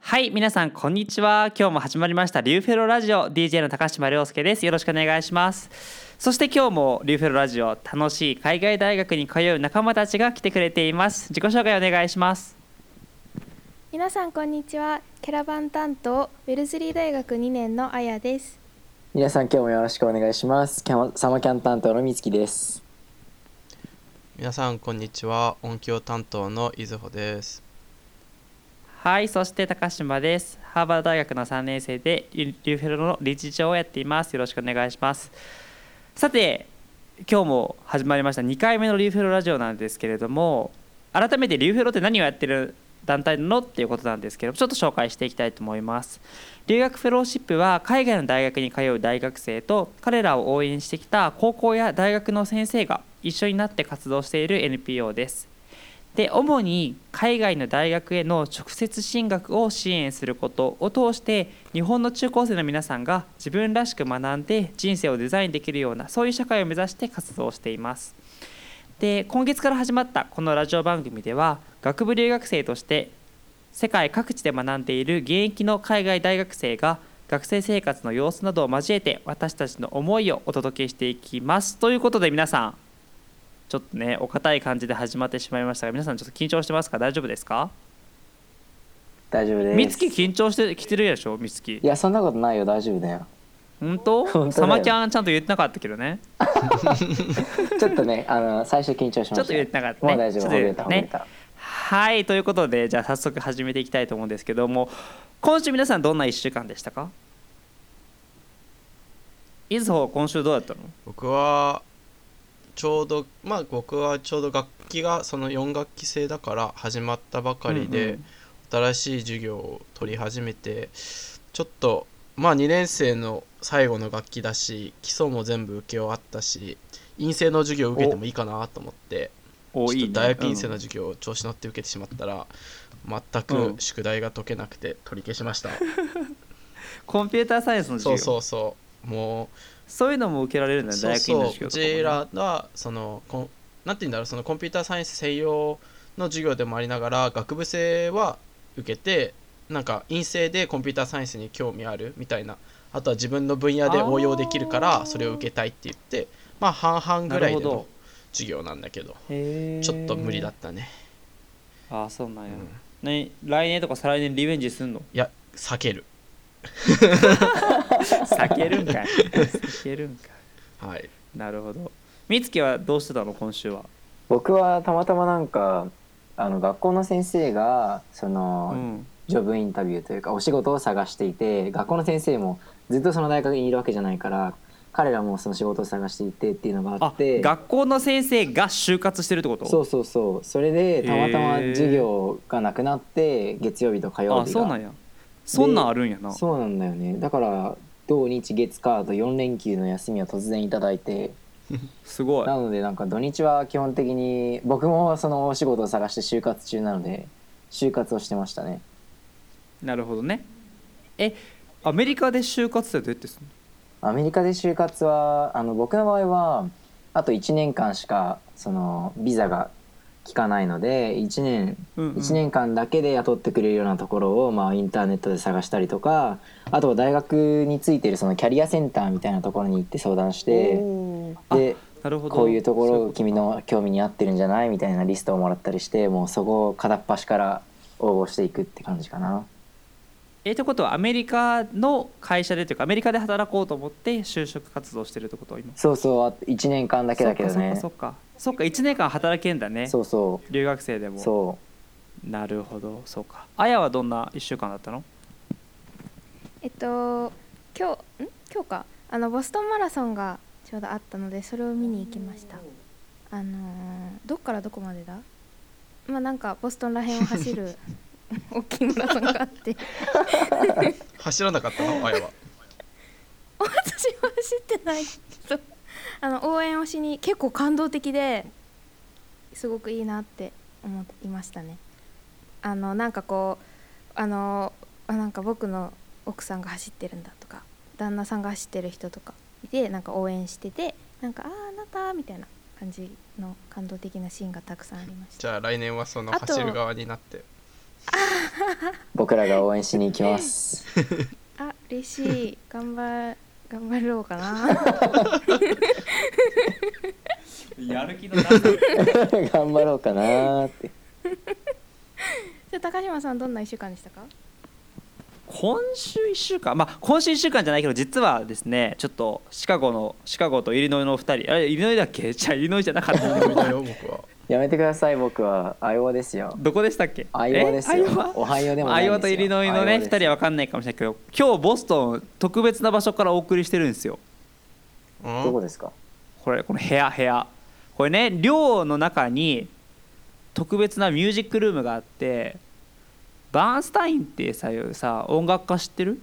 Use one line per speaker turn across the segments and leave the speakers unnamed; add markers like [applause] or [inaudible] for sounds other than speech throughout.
はい皆さんこんにちは今日も始まりましたリューフェロラジオ DJ の高島亮介ですよろしくお願いしますそして今日もリューフェロラジオ楽しい海外大学に通う仲間たちが来てくれています自己紹介お願いします
皆さんこんにちはキャラバン担当ウェルズリー大学2年のあやです
皆さん今日もよろしくお願いしますキャマサマキャン担当のみつきです
皆さんこんにちは音響担当のいずほです
はいそして高島ですハーバード大学の3年生でリューフェロの理事長をやっていますよろしくお願いしますさて今日も始まりました2回目のリューフェロラジオなんですけれども改めてリューフェロって何をやってる団体なのっていうことなんですけどちょっと紹介していきたいと思います留学フェローシップは海外の大学に通う大学生と彼らを応援してきた高校や大学の先生が一緒になって活動している NPO ですで主に海外の大学への直接進学を支援することを通して日本の中高生の皆さんが自分らしく学んで人生をデザインできるようなそういう社会を目指して活動していますで今月から始まったこのラジオ番組では学部留学生として世界各地で学んでいる現役の海外大学生が学生生活の様子などを交えて私たちの思いをお届けしていきますということで皆さんちょっとねお堅い感じで始まってしまいましたが皆さんちょっと緊張してますか大丈夫ですか
大丈夫です
みつき緊張してきてるでしょみつき
いやそんなことないよ大丈夫だよ
本
本当だ
当
よ
サマキャンちゃんと言ってなかったけどね
ちょっとね [laughs] あの最初緊張しました
ちょっと言ってなかったね
もう大丈夫
ちょ
ほ
っと
ぐ
言
れ
った
たほぐれた、
はいということでじゃあ早速始めていきたいと思うんですけども今週皆さんどんな1週間でしたかいずほ今週どうだったの
僕はちょうどまあ僕はちょうど楽器がその4学期制だから始まったばかりで、
うんうん
新しい授業を取り始めてちょっとまあ2年生の最後の楽器だし基礎も全部受け終わったし陰性の授業を受けてもいいかなと思って
お
ちょっと大学院生の
時
授業を調子乗って受けてしまったら、全
う
く
ん
宿題が解けなくて取り消
[laughs]
しました、
コンピューターサイエンスの授業
そうそうそうもう
そういうのも受けられるんだね
そう
大学院の
そう
授業
う
とかもね
ちらがそのこんなんて言うんだろうそのコンピューターサイエンス専用の授業でもありながら学部生は受けてなんか院生でコンピューターサイエンスに興味あるみたいなあとは自分の分野で応用できるか
あー
らそれを受けたいって言ってまあ半々ぐらい
な
で
るほど
の授業なんだけど
へー
ちょっと無理だったね、
ああそうなんや、
うん
ね来年とか再来年リベンジす
[laughs]
んの
いや避ける
避けるん
[laughs]
かい避けるんか
はい
いなるほどみつきはどうしてたの今週は
僕はたまたまなんかあの学校の先生がその、
うん
ジョブインタビューというかお仕事を探していて学校の先生もずっとその大学にいるわけじゃないから彼らもその仕事を探していてっていうのがあ
あ
って
学校の先生が就活してるってこと
そうそうそうそれでたまたま授業がなくなって月曜日と火曜
あ
日
そうなん
が
やそんなんあるんやな
そうなんだよねだから土日月火と4連休の休みを突然いただいて
すごい
なのでなんか土日は基本的に僕もそのお仕事を探して就活中なので就活をしてましたね
なるほどねえアメリカで就活ってどうやってすんの
アメリカで就活はあの僕の場合はあと1年間しかそのビザが効かないので1年
うんうん
1年間だけで雇ってくれるようなところを、まあ、インターネットで探したりとかあとは大学についてるそのキャリアセンターみたいなところに行って相談して
あ
で
なるほど
こういうとこ
そうい
ろ
う
君の興味に合ってるんじゃないみたいなリストをもらったりしてもうそこを片っ端から応募していくって感じかな。
えってことはアメリカの会社でというかアメリカで働こうと思って就職活動してるってこと今
そうそうあと1年間だけだけどね
そっかそっかそっか1年間働けんだね
そうそ
留学生で
う
も
そう
なるほどそうかあやはどんな1週間だったの
えっと今日ん今日かあのボストンマラソンがちょうどあったのでそれを見に行きましたあのーどっからどこまでだまあなんかボストンらへんを走る大きいマラソンがあって
走らなかったのあやは
[laughs] 私は走ってないけどあの応援をしに結構感動的ですごくいいなって思いましたねあのなんかこうあのあなんか僕の奥さんが走ってるんだとか旦那さんが走ってる人とかいてなんか応援しててなんかあーあなたみたいな感じの感動的なシーンがたくさんありました
じゃあ来年はその
あと
走る側になって
僕らが応援しに行き [laughs] ます。
あ嬉しい [laughs] 頑張頑張ろうかな
やる気のなさ
頑張ろうかなーって。
じゃあ高島さんどんな1週間でしたか
[laughs] 今週1週間まあ今週1週間じゃないけど実はですねちょっとシカゴのシカゴとイリノイのお二人あれイリノイだっけじゃあイリノイじゃなか [laughs] った
見たよ僕は
やめてください僕はアイオワですよ。
どこでしたっけ
アイオワです
え
よ
アイワ。
おはようでも
ア
ない
イ
んですよ。
ワとイリノイのね
ア
2
です
人は分かんないかもしれないけど今日ボストン特別な場所からお送りしてるんですよ
うん
どこですか。
これこの部屋部屋これね寮の中に特別なミュージックルームがあってバーンスタインってささ音楽家知ってる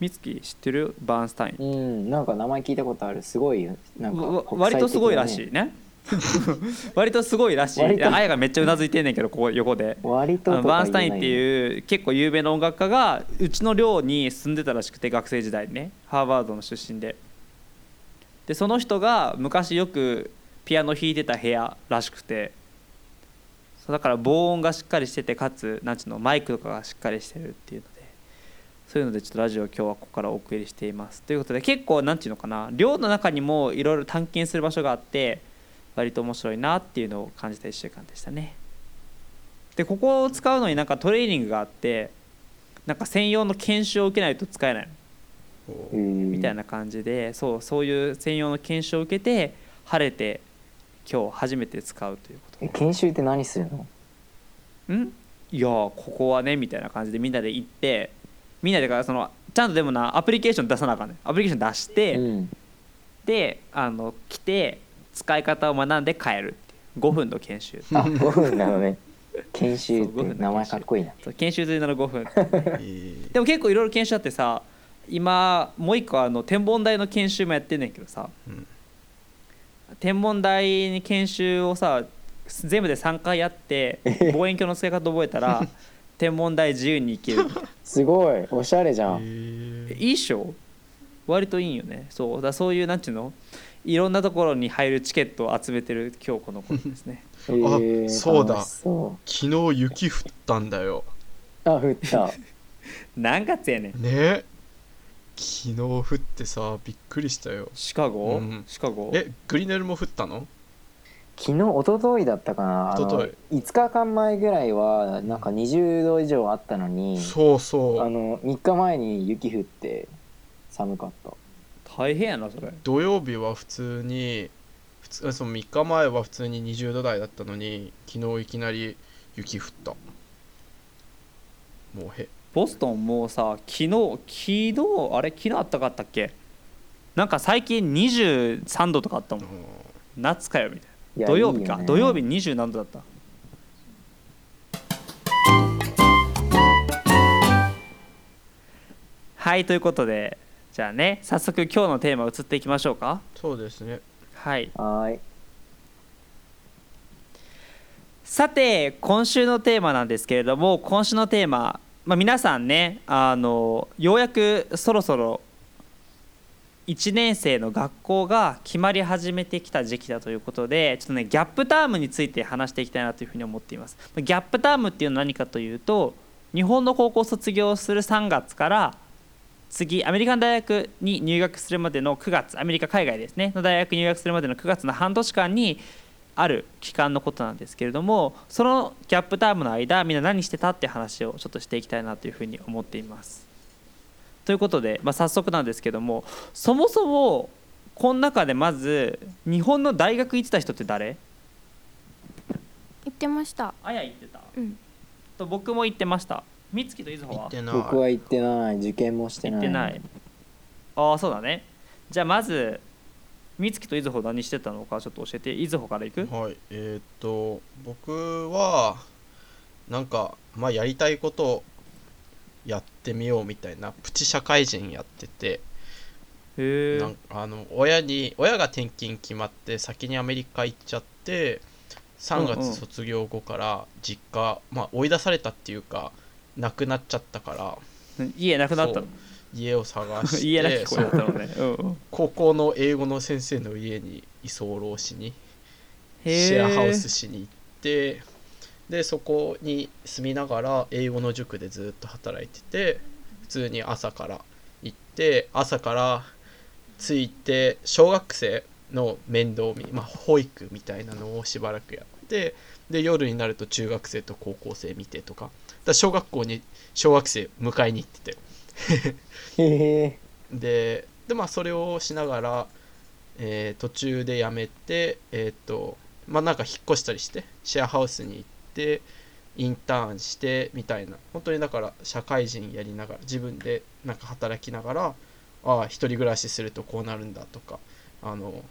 美月知ってるバーンスタイン
うんなんか名前聞いたことあるすごいなんか
わ
国際的なね
割とすごいらしいね [laughs] 割とすごいらしい
割
い
と
やあやがめっちゃうなずいてんねんけどここ横で
割
あ
と
のバーンスタインって
う
いう結構有名な音楽家がうちの寮に住んでたらしくて学生時代にねハーバードの出身ででその人が昔よくピアノ弾いてた部屋らしくてそうだから防音がしっかりしててかつなんちゅうのマイクとかがしっかりしてるっていうのでそういうのでちょっとラジオを今日はここからお送りしていますということで結構なんていうのかな寮の中にもいろいろ探検する場所があって割と面白いなっていうのを感じた1週間でしたねでここを使うのになんかトレーニングがあってなんか専用の研修を受けないと使えない
こう
み
み
たいな感じで、そうそういう専用の研修を受けて晴れて今日初めて使うということ
研修って何するの
んいやーここはねみたいな感じでみんなで行ってみんなでからそのちゃんとでもなアプリケーション出さなあかんねんアプリケーション出して、
うん
であの来て使い方を学んで帰るっていう5分の研修
あ5分なのね研修っ
そう五
て
分の研修
名前かっこいいな
そう研修という名の5分
いい
でも結構いろいろ研修あってさ今もう一個あの天文台の研修もやってんねんけどさ
うん
天文台に研修をさ全部で3回やって望遠鏡の使い方覚えた
[laughs]
ら天文台自由に行けるみたいな
すごいおしゃれじゃん、
え
いいっしょ割といいんよねそうだからそういうなんていうのいろんなところに入るチケットを集めてる今日この頃です
[laughs]
ね
え
あそうだ
楽しそ
昨日雪降ったんだよ
うあ降 [laughs] った
何月やねん
ね昨日降ってさびっくりしたよ
シカゴ、
うん
シカゴ
えグリネルも降ったの
昨日一昨日だったかなあの
一昨
5日間前ぐらいはなんか20度以上あったのに
そう
あ
そう
の3日前に雪降って寒かった
大変やなそれ
土曜日は普通に普通その3日前は普通に20度台だったのに昨日いきなり雪降ったもうへ
ボストンもうさ昨日昨日あれ昨日あったかったっけなんか最近23度とかあったも
うんん
夏かよみたい
い
な
や
土曜日か
いいよね
土曜日20何度だったはいということでじゃあね早速今日のテーマ移っていきましょうか
そうですね
はい
はーい
さて今週のテーマなんですけれども今週のテーマ、まあ、皆さんねあのようやくそろそろ1年生の学校が決まり始めてきた時期だということでちょっとねギャップタームについて話していきたいなというふうに思っていますギャップタームっていうのは何かというと日本の高校を卒業する3月から次アメリカの大学に入学するまでの9月アメリカ海外ですねの大学に入学するまでの9月の半年間にある期間のことなんですけれどもそのギャップタームの間みんな何してたって話をちょっとしていきたいなというふうに思っています。ということで、まあ、早速なんですけどもそもそもこの中でまず日本の大学行ってた人って誰
言ってました
あや行ってた
うん
と僕も行ってましたみつきといずほ
行
は
ってない
僕は行ってない受験もして
行
な
っ
い
てないああそうだねじゃあまずみつきといずほ何してたのかちょっと教えていずほから行く
はいえーっと僕はなんかまあやりたいことをやってみようみたいなプチ社会人やってて
へ
なんあの親に親が転勤決まって先にアメリカ行っちゃって3
うんうん
月卒業後から実家、まあ、追い出されたっていうか亡くなっちゃったから
え家なくなったの
家を探して
[laughs] 家なき子
そ
だ
う
ったのね、うんうん、
高校の英語の先生の家に居候しに
へ
シ
え
ェアハウスしに行ってでそこに住みながら英語の塾でずっと働いてて普通に朝から行って朝から着いて小学生の面倒見、まあ、保育みたいなのをしばらくやってで夜になると中学生と高校生見てとかだから小学校に小学生迎えに行ってたよ
へえ
ででまあそれをしながら、えー途中で辞めてえっ、とまあなんか引っ越したりしてシェアハウスに行ってインターンしてみたいな本当にだから社会人やりながら自分でなんか働きながらああ一人暮らしするとこうなるんだとかあの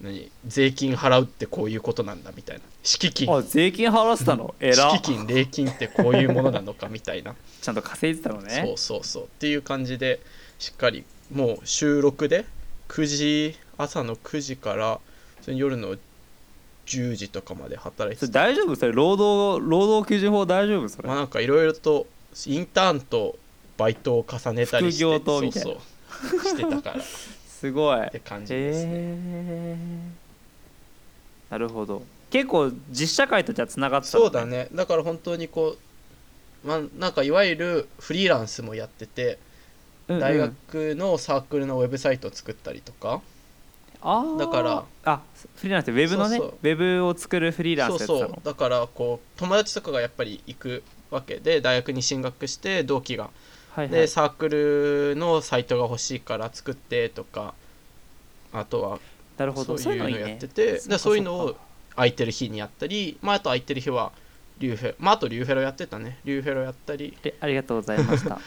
何税金払うってこういうことなんだみたいな敷金
あ税金払ってたのえら
敷金礼金ってこういうものなのかみたいな
ちゃんと稼いでたのね
そうそうそうっていう感じでしっかりもう収録で9時朝の9時からそれ夜の10時とかまで働い
そ
て
れ
た
大丈夫それ労働労働基準法大丈夫それ、
まあなんかいろいろとインターンとバイトを重ねたりして
副業とみたいな
そうそうしてたからっ
すごい
て感じですね、
へえなるほど結構実社会とじゃあつながってたの
そうだねだから本当にこうまあなんかいわゆるフリーランスもやってて
うんうん
大学のサークルのウェブサイトを作ったりとか、
あー
だから
あフリーランスってウェブのね
そうそう
ウェブを作るフリーラン
そう
スやってた
そう
の
だからこう友達とかがやっぱり行くわけで大学に進学して同期が、
はいはい
でサークルのサイトが欲しいから作ってとかあとは
なるほど
そういうの
いいね
やってて
そか
でそういうのを
そか
空いてる日にやったり、まあ、あと空いてる日はリューフェまああとリューフェロやってたねリューフェロやったり
でありがとうございま
[laughs]
した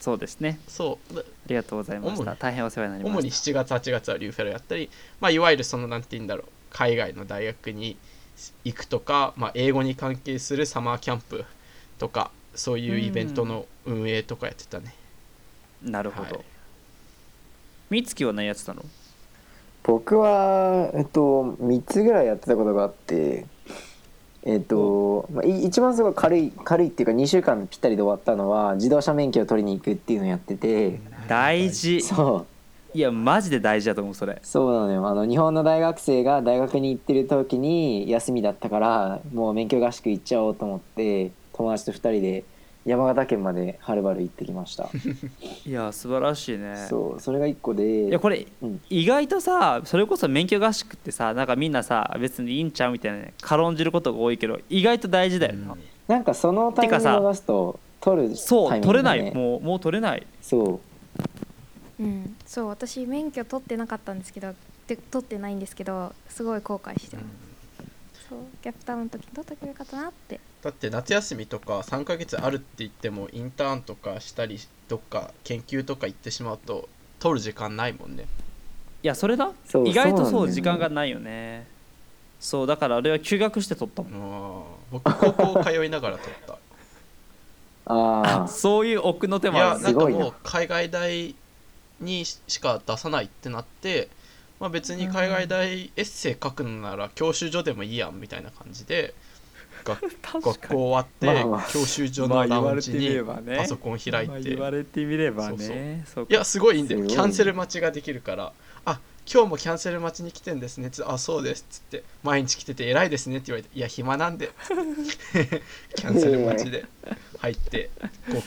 そうですね
そうで
ありがとうございまし
主
た
に
大変お世話になりま
主に
し
7月8月はリューフェロやったり、まあ、いわゆるそのなんて言うんだろう海外の大学に行くとか、まあ、英語に関係するサマーキャンプとかそういうイベントの運営とかやってたね、
たなるほど、
はい
みつきは何やってたの
僕は、えっと、3つぐらいやってたことがあって、えっとまあ、い一番すごい軽い軽いっていうか2週間ぴったりで終わったのは自動車免許を取りに行くっていうのをやってて
大事
そう
いやマジで大事だと思うそれ
そうなのよあの日本の大学生が大学に行ってる時に休みだったからもう免許合宿行っちゃおうと思って友達と2人で山形県まではるばる行ってきま
[laughs]
した
いや素晴らしいね
そうそれが1個
い
で
やこれ
うん
意外とさそれこそ免許合宿ってさなんかみんなさ別にいいんちゃうみたいなね軽んじることが多いけど意外と大事だよな、
うん
なんかそのタイミング逃すと取る
そ
タイ
う
ミン
取れ
グ
な
が
い
ね
もうもう取れない
そう
うん、そう私免許取ってなかったんですけどで取ってないんですけどすごい後悔してます、そうギャップタウンの時に取っとけばよかったなって
だって夏休みとか3ヶ月あるって言ってもインターンとかしたりどっか研究とか行ってしまうと取る時間ないもんね
いやそれだ
そう
意外と
そう
そうん
なだよね
時間がないよねそうだからあれは休学して取ったもん
うん僕高校通いながら取った
ああ
そういう奥の手
い
もあ
や
る
な
ね
ん
す
か
ごいな
もう海外大にしか出さないってなって、まあ、別に海外大エッセイ書くのなら教習所でもいいやんみたいな感じでが
確
学
か
校
に
終わって、
まあまあ
教習所
まあ
のラ
言わ
ウン
れて
ジ
み
に
ればね
パソコン開い
まあ
て、
言われてみれば
そうそう
ねそう
いやすごいいいんだよ
すご
キ
い
ャンセル待ちができるからあ今日もキャンセル待ちに来てんですねつあそうですっつって毎日来てて偉いですねって言われていや暇な
[laughs]
んでキャンセル待ちで入って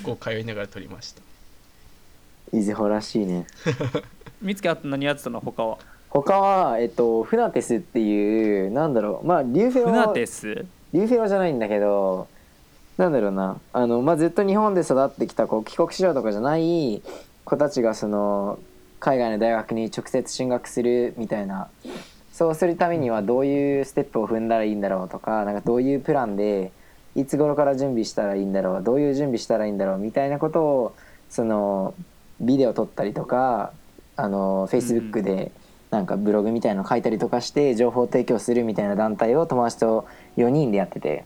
高校通いながら撮りました
いずほらしいね
見つけあと何やってたの他は
他はえっとフナテスっていうなんだろうまあリューフェ
フ
ロ
ナテス
リューフェロじゃないんだけどなんだろうなあの、まあ、ずっと日本で育ってきたこう帰国子女とかじゃない子たちがその海外の大学に直接進学するみたいなそうするためにはどういうステップを踏んだらいいんだろうとかなんかどういうプランでいつ頃から準備したらいいんだろうどういう準備したらいいんだろうみたいなことをそのビデオ撮ったりとかあのフェイスブックでなんかブログみたいの書いたりとかして情報提供するみたいな団体を友達と4人でやってて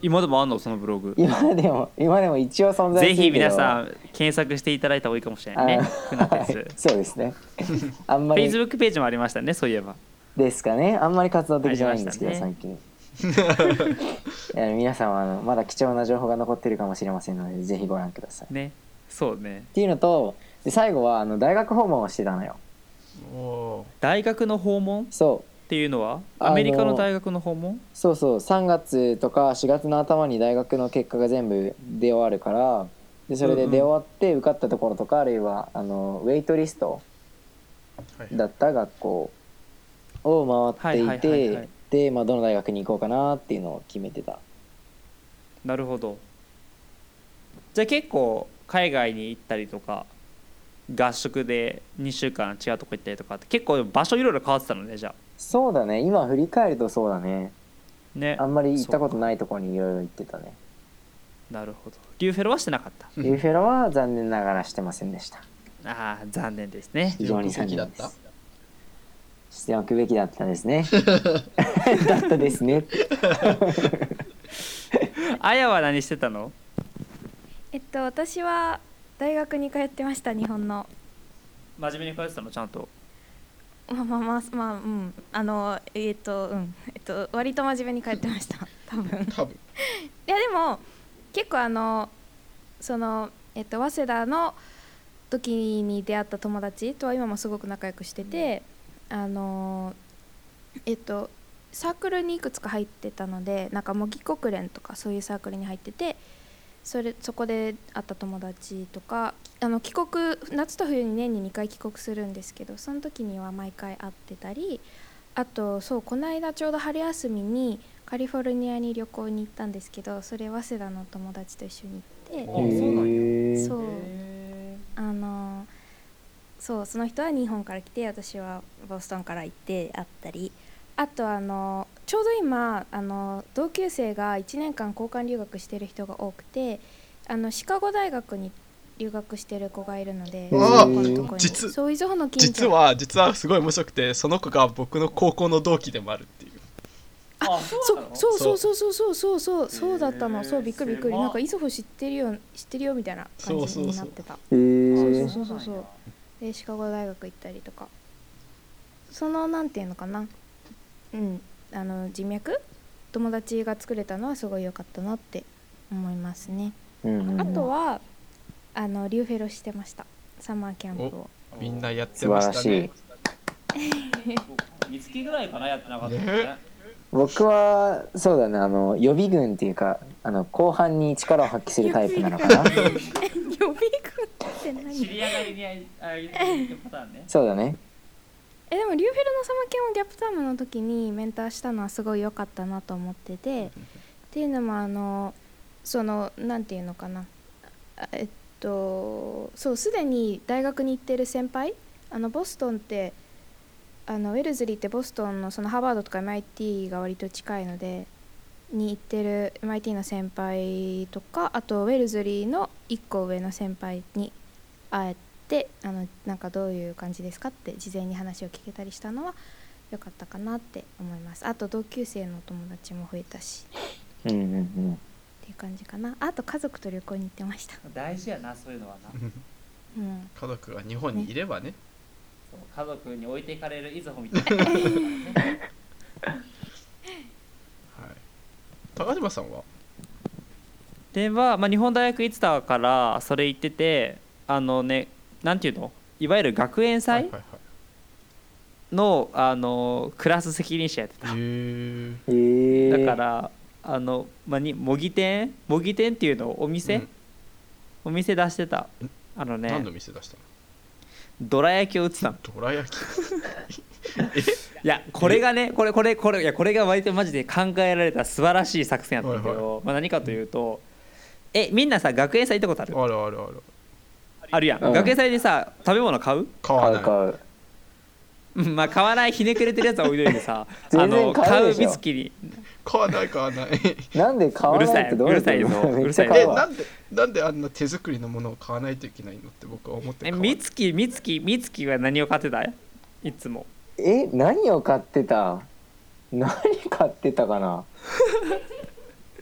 今でもあんのそのブログ
今でも今でも一応存在
ぜひ皆
ん
さん検索していただいた方がいいかもしれないねフナテスフ
そうです
[laughs]
ね [laughs] あんま
ェイ
り
スブックページもありましたねそういえば
ですかねあんまり活動的じゃないんですけど、
ありま
最近 [laughs] いや皆さんはあのまだ貴重な情報が残ってるかもしれませんのでぜひご覧くださいっ
ねそうね
ていうのとで最後はあの大学訪問をしてたのよ
おー
大学の訪問
そう
っていうのは
あの
アメリカの大学の方も
そうそう3月とか4月の頭に大学の結果が全部出終わるからでそれで出終わって受かったところとかあるいはあのウェイトリスト
はい
だった学校を回ってい
はいはいはいは
て
い
で、まあ、どの大学に行こうかなっていうのを決めてた
なるほどじゃあ結構海外に行ったりとか合宿で2週間違うとこ行ったりとかって結構場所いろいろ変わってたのねじゃ
そうだね今振り返るとそうだね
あね
あんまり行ったこと
そう
ないところにいろいろ行ってたね
なるほどリューフェロはしてなかった
うん
リューフェラは残念ながらしてませんでした
ああ残念ですね
非常に残
病気だ
念
っ
で
た
すしておくべきだったです [laughs] ねだったですね
[laughs] あやは何してたの
えっと私は大学に通ってました日本の
真面目に通ってたのちゃんと
まあまあまあまあうんあのえっとうんえっと割と真面目に通ってました多分
[laughs]
多分
いやでも結構あのそのえっと早稲田の時に出会った友達とは今もすごく仲良くしてて、あのえっとサークルにいくつか入ってたのでなんか模擬国連とかそういうサークルに入っててそれそこで会った友達とかあの帰国夏と冬に年に2回帰国するんですけどその時には毎回会ってたりあとそうこの間ちょうど春休みにカリフォルニアに旅行に行ったんですけどそれ早稲田の友達と一緒に行って
[laughs] あそうなんや
へー
そう
へ
あのそうその人は日本から来て私はボストンから行ってあったりあとあのちょうど今あの同級生が1年間交換留学してる人が多くてあのシカゴ大学に留学してる子がいるのでそ
うわ
の子のとこに
実
そういうの近所
実は実はすごい面白くてその子が僕の高校の同期でもあるっていう
あ
そそうそうそうそうそうそうそうそうだった
へー
のそうびっくりびっくり
狭っ
なんか磯穂知ってるよ知ってるよみたいな感じになってた
へ
そう
ー
そうそうそうでシカゴ大学行ったりとかそのなんていうのかなうんあの人脈友達が作れたのはすごい良かったなって思いますね、
うんうん
あとはあのリューフェロしてましたサマーキャンプ [laughs] を
みんなやってましたね
三月ぐらいかなやってなか
ったのねね
僕はそうだねあの予備軍っていうかあの後半に力を発揮するタイプなのか [laughs] な
予備軍って何
り上がりにああいうパターンね
そうだね
えでもリューフェロのサマーキャンプをギャップタームの時にメンターしたのはすごい良かったなと思っててっていうのもあのそのなんていうのかなあえっとそうすでに大学に行ってる先輩あのボストンってあのウェルズリーってボストンのそのハーバードとか MIT が割と近いのでに行ってる MIT の先輩とかあとウェルズリーの1個上の先輩に会えてあのなんかどういう感じですかって事前に話を聞けたりしたのは良かったかなって思いますあと同級生のお友達も増えたし
うんうんうん
っていう感じかなあと家族と旅行に行ってました
大事やなそういうのはな
うん
[laughs] 家族が日本にいればね
そう家族に置いていかれるいずほみたいな
[laughs]
はい高島さんは
では、まあ、日本大学行ってたからそれ行っててあのねなんていうのいわゆる学園祭
はい
の,、あのクラス責任者やってた
はいはいへ
へー
だからあの、まあ、に模擬店模擬店っていうのお店、
え
お店出してたあのね
何の店出した
どら焼きを売ってたの
のどら焼き [laughs]
いやこれがねこれこれこれいやこれが割とマジで考えられた素晴らしい作戦やったんだけど、
は
まあ、何かというとえみんなさ学園祭行ったことある
あるあるある
あるやん、
うん
学園祭でさ食べ物買う [laughs]
買わ
買
な
う
い
買う
うんまあ買わないひねくれてるやつは置いといてさあ
全然
の
買う
買
で
う
しょ
ビスキに
買わない買わない
なんで買わないってどう
う
いうこと
るさいぞう
[laughs] めっ
る
ち
さ
ゃ
いぞ
[laughs] 買
え
う
な
わ
んでなんであんな手作りのものを買わないといけないのって僕は思って
え
買わ
みつきみつきみつきは何を買ってたいつも
え何を買ってた何買ってたかな [laughs]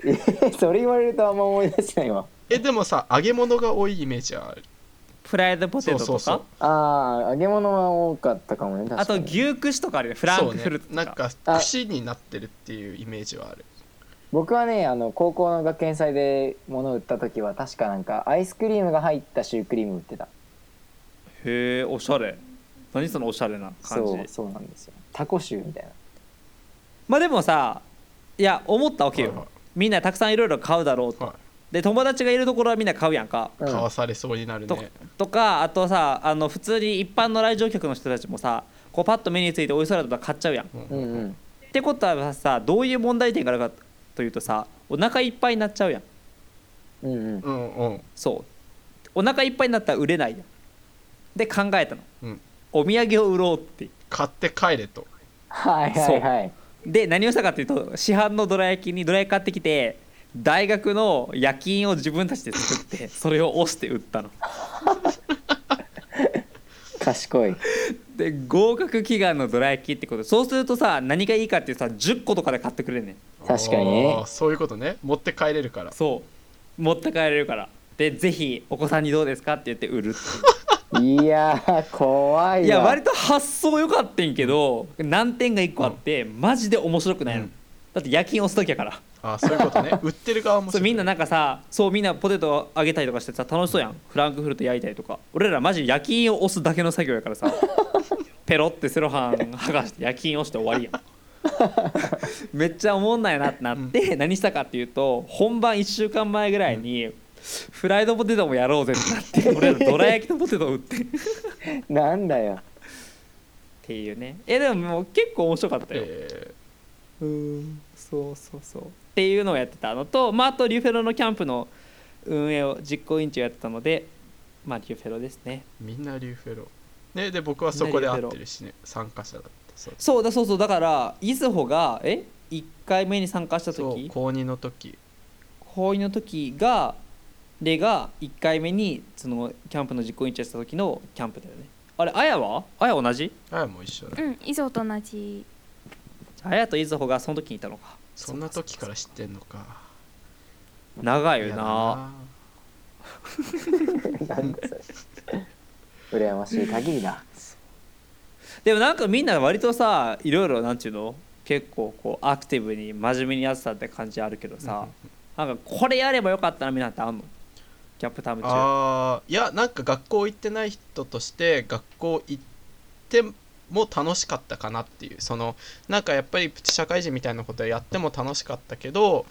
えそれ言われるとあんま思い出せないわ
えでもさ揚げ物が多いイメージある
フライドポテトとか
そうそうそう
あー揚げ物は多かったかもね確かに
あと牛串とかあるよねフランクフルトと
そうね、
か,、
なんか串になってるっていうイメージはある
僕はねあの高校の学園祭で物を売った時は確かなんかアイスクリームが入ったシュークリーム売ってた
へえおしゃれ何そのおしゃれな感じ
そうそうなんですよタコシューみたいな
まあでもさいや思ったわけよ、
はいはい
みんなたくさんいろいろ買うだろうと、
は
で友達がいるところはみんな買うやんか
い、
うん
かわされそうになる
と
ね
とかあとさあの普通に一般の来場客の人たちもさこうパッと目についておいそらとか買っちゃうやんっ
うん
うんうん
てことはさどういう問題点があるかというとさお腹いっぱいになっちゃうやん
うんうん
うんうん
そうお腹いっぱいになったら売れないやんで考えたの、
うん
お土産を売ろうって
買って帰れと
はいはいはい
で何をしたかというと市販のどら焼きにどら焼き買ってきて大学の夜勤を自分たちで作ってそれを押して売ったの
賢い
で合格祈願のどら焼きってことそうするとさ何がいいかっていうとさ10個とかで買ってくれんねん
確かにね
あーそういうことね持って帰れるから
そう持って帰れるからでぜひお子さんにどうですかって言って売るっていう
いやー怖いわ
いや割と発想良かったんけど難点が1個あって、マジで面白くないの、
うん
だって夜勤押す時やから
あーそういうこ
[laughs]
とね売ってる側も
そうみんななんかさそうみんなポテトあげたりとかしてさ楽しそうやんフランクフルト焼いたりとか俺らマジ夜勤を押すだけの作業やから [laughs] さペロってセロハン剥がして夜勤押して終わりやんめっちゃおもん [laughs] ないなってなって、何したかっていうと本番1週間前ぐらいに、フライドポテトもやろうぜってなって俺らどら焼きとポテトを売って
[laughs] なん
[laughs]
だよ
っていうねえでももう結構面白かったよ、
え
うんそうそうそうっていうのをやってたのと、まあ、あとリューフェロのキャンプの運営を実行委員長やってたのでまあリューフェロですね
ーみんなリューフェロねで僕はそこで会ってるしね参加者だったそう
そうだそうそうだからいずほがえ1回目に参加した
そう
時
高2の時
高2の時がレが1回目にそのキャンプの実行委員長やってた時のキャンプだよねあれあやはあや同じ
あやも一緒だ
うん以上と同じ
あやといずほがその時にいたのか
そんな時から知ってんのか
長い
嫌
よ
だ
な
な
なんだそれ羨ましい限りだ
でもなんかみんな割とさいろいろなんていうの結構こうアクティブに真面目にやってたって感じあるけどさ、なんかこれやればよかったなみたいなってあんのキャップタイム中
あーいやなんか学校行ってない人として学校行っても楽しかったかなっていうそのなんかやっぱりプチ社会人みたいなことをやっても楽しかったけど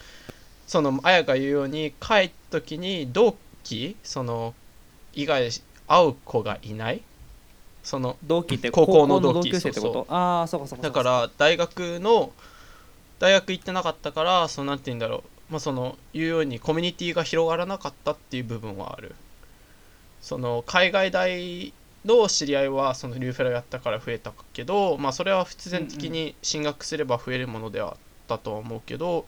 そのあやが言うように帰った時に同期その以外会う子がいないその
同期って
高校の同期
級生ってこと
そう
ああそうかそうかそ
だ
うか
から大学の大学行ってなかったからそのなんて言うんだろうまあその言うようにコミュニティが広がらなかったっていう部分はあるその海外大の知り合いはそのリューフェラやったから増えたけどまあそれは必然的に進学すれば増えるものではあったとは思うけど、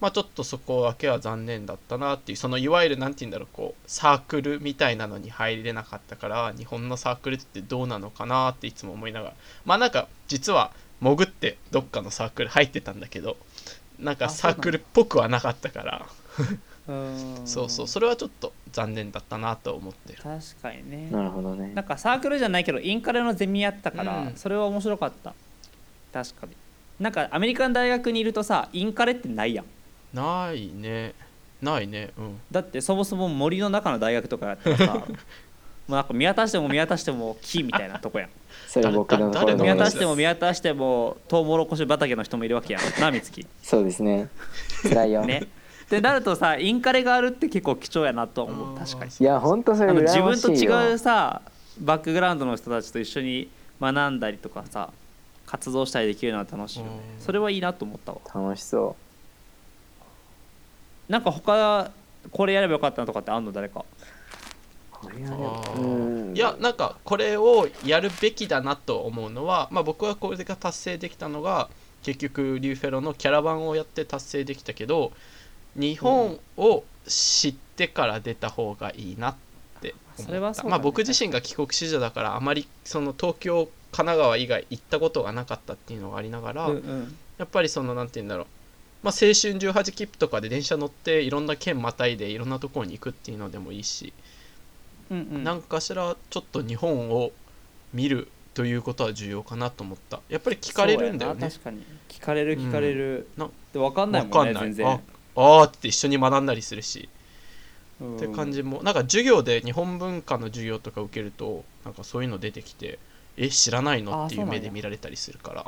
まあちょっとそこだけは残念だったなっていうそのいわゆるなんて言うんだろうこうサークルみたいなのに入れなかったから日本のサークルってどうなのかなっていつも思いながらまあなんか実は潜ってどっかのサークル入ってたんだけどなんか
あ
サークルっぽくはなかったから
うーん
そうそうそれはちょっと残念だったなと思ってる
確かにね
なるほどね
なんかサークルじゃないけどインカレのゼミやったから、
うん
それは面白かった確かになんかアメリカの大学にいるとさインカレってないやん
ないねないねうん
だってそもそも森の中の大学とかやったら
[laughs]
さもうなんか見渡しても見渡しても木みたいなとこやん
[laughs] それ僕のところの
見
誰
渡
話
し
で
て
す
も見渡してもトウモロコシ畑の人もいるわけや
[laughs]
んなみつき
そうですね辛いよ、
ねってなるとさインカレがあるって結構貴重やなとは思う
あー
確かに
いや本当そ
あ
れ
の自
羨ま
分
しいよ
と違うさバックグラウンドの人たちと一緒に学んだりとかさ活動したりできるのは楽しいよね
うん
それはいいなと思ったわ
楽しそ
なんか他これやればよかったなとかってあんの誰か
うこれはでも
あ
うん
ーいやなんかこれをやるべきだなと思うのは、まあ、僕はこれが達成できたのが結局リューフェロのキャラバンをやって達成できたけど日本を知ってから出た方がいいなって思った、
それはそうだね
まあ、僕自身が帰国子女だからあまりその東京神奈川以外行ったことがなかったっていうのがありながら、
うんうん
やっぱりそのなんて言うんだろう、まあ、青春18切符とかで電車乗っていろんな県またいでいろんなところに行くっていうのでもいいし
うんうん
なんかしらちょっと日本を見るということは重要かなと思ったやっぱり聞かれるんだよ
そうやな
ね
確かに聞かれる聞かれる、
うんな
で分かんない
わ
も
か
んね
んない
全然
ああーって一緒に学んだりするし、
っ
って感じもなんか授業で日本文化の授業とか受けるとなんかそういうの出てきてえ知らないのってい
あそうな
う
んや
目で見られたりするから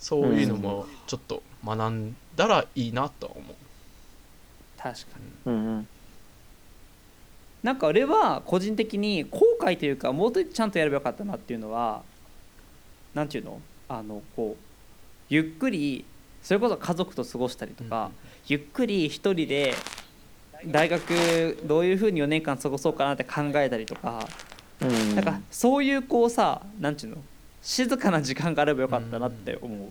そういうのもちょっと学んだらいいなとは思う
確かに
うんうん
なんか俺は個人的に後悔というかもうちょっとちゃんとやればよかったなっていうのはなんていうのあのこうゆっくりそれこそ家族と過ごしたりとか、ゆっくり一人で大学どういうふうに4年間過ごそうかなって考えたりとか、
うん
なんかそういうこうさなんていうの静かな時間があればよかったなって思う。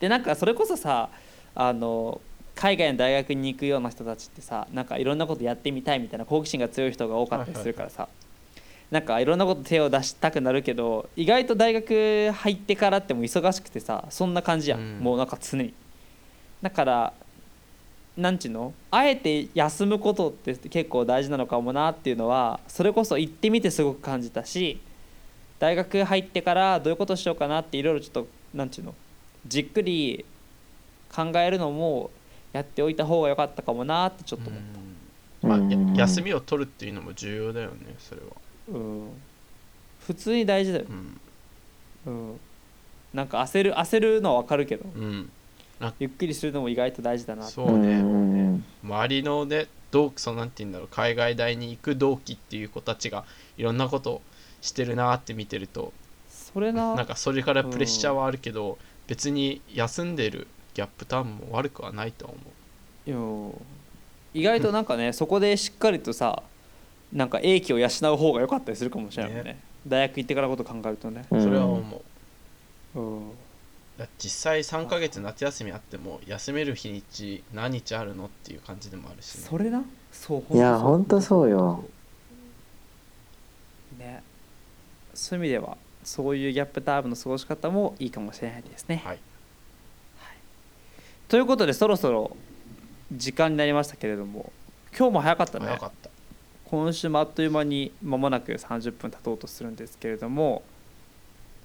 でなんかそれこそさあの海外の大学に行くような人たちってさなんかいろんなことやってみたいみたいな好奇心が強い人が多かったりするからさ、なんかいろんなこと手を出したくなるけど意外と大学入ってからっても忙しくてさそんな感じやん、
うん
もうなんか常にだからなんちゅうのあえて休むことって結構大事なのかもなっていうのはそれこそ行ってみてすごく感じたし大学入ってからどういうことしようかなっていろいろちょっとなんちゅうのじっくり考えるのもやっておいた方が良かったかもなってちょっと思っ
まあ
うん
や休みを取るっていうのも重要だよねそれは、
た、うん普通に大事だよ
う、ん
うん、なんか焦る焦るのは分かるけど
うん、
ゆっくりするのも意外と大事だなって
そうね、
んうん
周りのね同期そのなんて言うんだろう海外大に行く同期っていう子たちがいろんなことしてるなって見てると
それな
なんかそれからプレッシャーはあるけど、別に休んでるギャップターンも悪くはないとは思
いや意外となんかねそこでしっかりとさなんか英気を養う方が良かったりするかもしれないもんね
ね
大学行ってからのこと考えるとね、
うそれは思う
うん、
だって実際3ヶ月夏休みあっても休める日にち何日あるのっていう感じでもあるし、ね、
それなそう
いや
ほ
ほ
ん
ん
と
と
そう
そうよ
ねそういう意味ではそういうギャップタームの過ごし方もいいかもしれないですね、
はい
ということでそろそろ時間になりましたけれども今日も早かったね
早かった
今週もあっという間に間もなく30分経とうとするんですけれども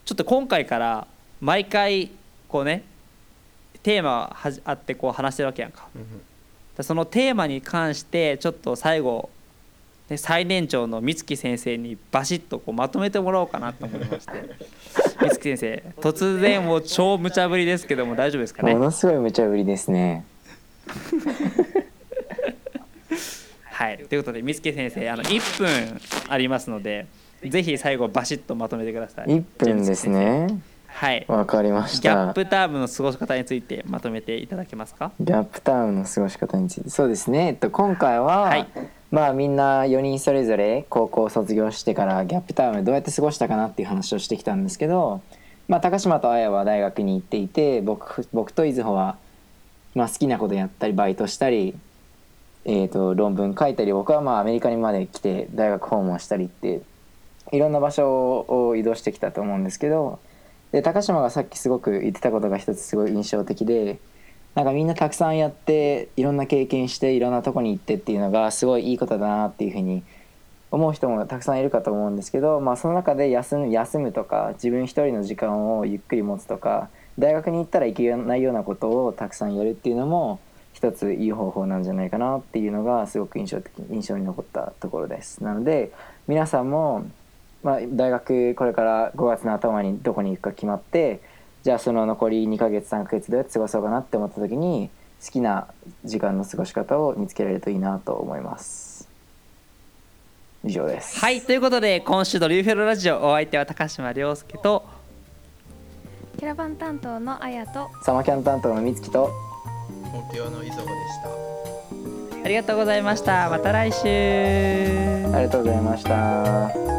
ちょっと今回から毎回こうねテーマはじあってこう話してるわけやんか
うん
でそのテーマに関してちょっと最後、ね、最年長の美月先生にバシッとこうまとめてもらおうかなと思いまして美月先生突然もう超無茶ぶりですけども大丈夫ですかね
ものすごい無茶ぶりですね
はい、ということで、美月先生、あの1分ありますので、ぜひ最後、バシッとまとめてください。
1分ですね
はい。
わかりまし
ギャッ
た
プタームの過ごし方についてまとめていただけますか
ギャップタウンの過ごし方についてそうですね、えっと、今回は、
はい
まあみんな4人それぞれ高校を卒業してからギャップタウンでどうやって過ごしたかなっていう話をしてきたんですけど、まあ、高島と綾は大学に行っていて僕僕と出穂は、まあ、好きなことやったりバイトしたり、えっと論文書いたり僕はまあアメリカにまで来て大学訪問したりっていろんな場所を移動してきたと思うんですけどで高島がさっきすごく言ってたことが一つすごい印象的で。なんかみんなたくさんやっていろんな経験していろんなとこに行ってっていうのがすごいいいことだなっていうふうに思う人もたくさんいるかと思うんですけど、まあ、その中で休む休むとか自分一人の時間をゆっくり持つとか大学に行ったらいけないようなことをたくさんやるっていうのも一ついい方法なんじゃないかなっていうのがすごく印象的印象に残ったところです。なので皆さんも、まあ、大学これから5月の頭にどこに行くか決まってじゃあその残り2ヶ月3ヶ月どうやって過ごそうかなって思った時に好きな時間の過ごし方を見つけられるといいなと思います以上です
はい、ということで、今週のリューフェロラジオ、お相手は高島亮介と、
キャラバン担当のあやと
サマキャン担当のみつきと
本当用のいぞでした
ありがとうございました。また来週。
ありがとうございました。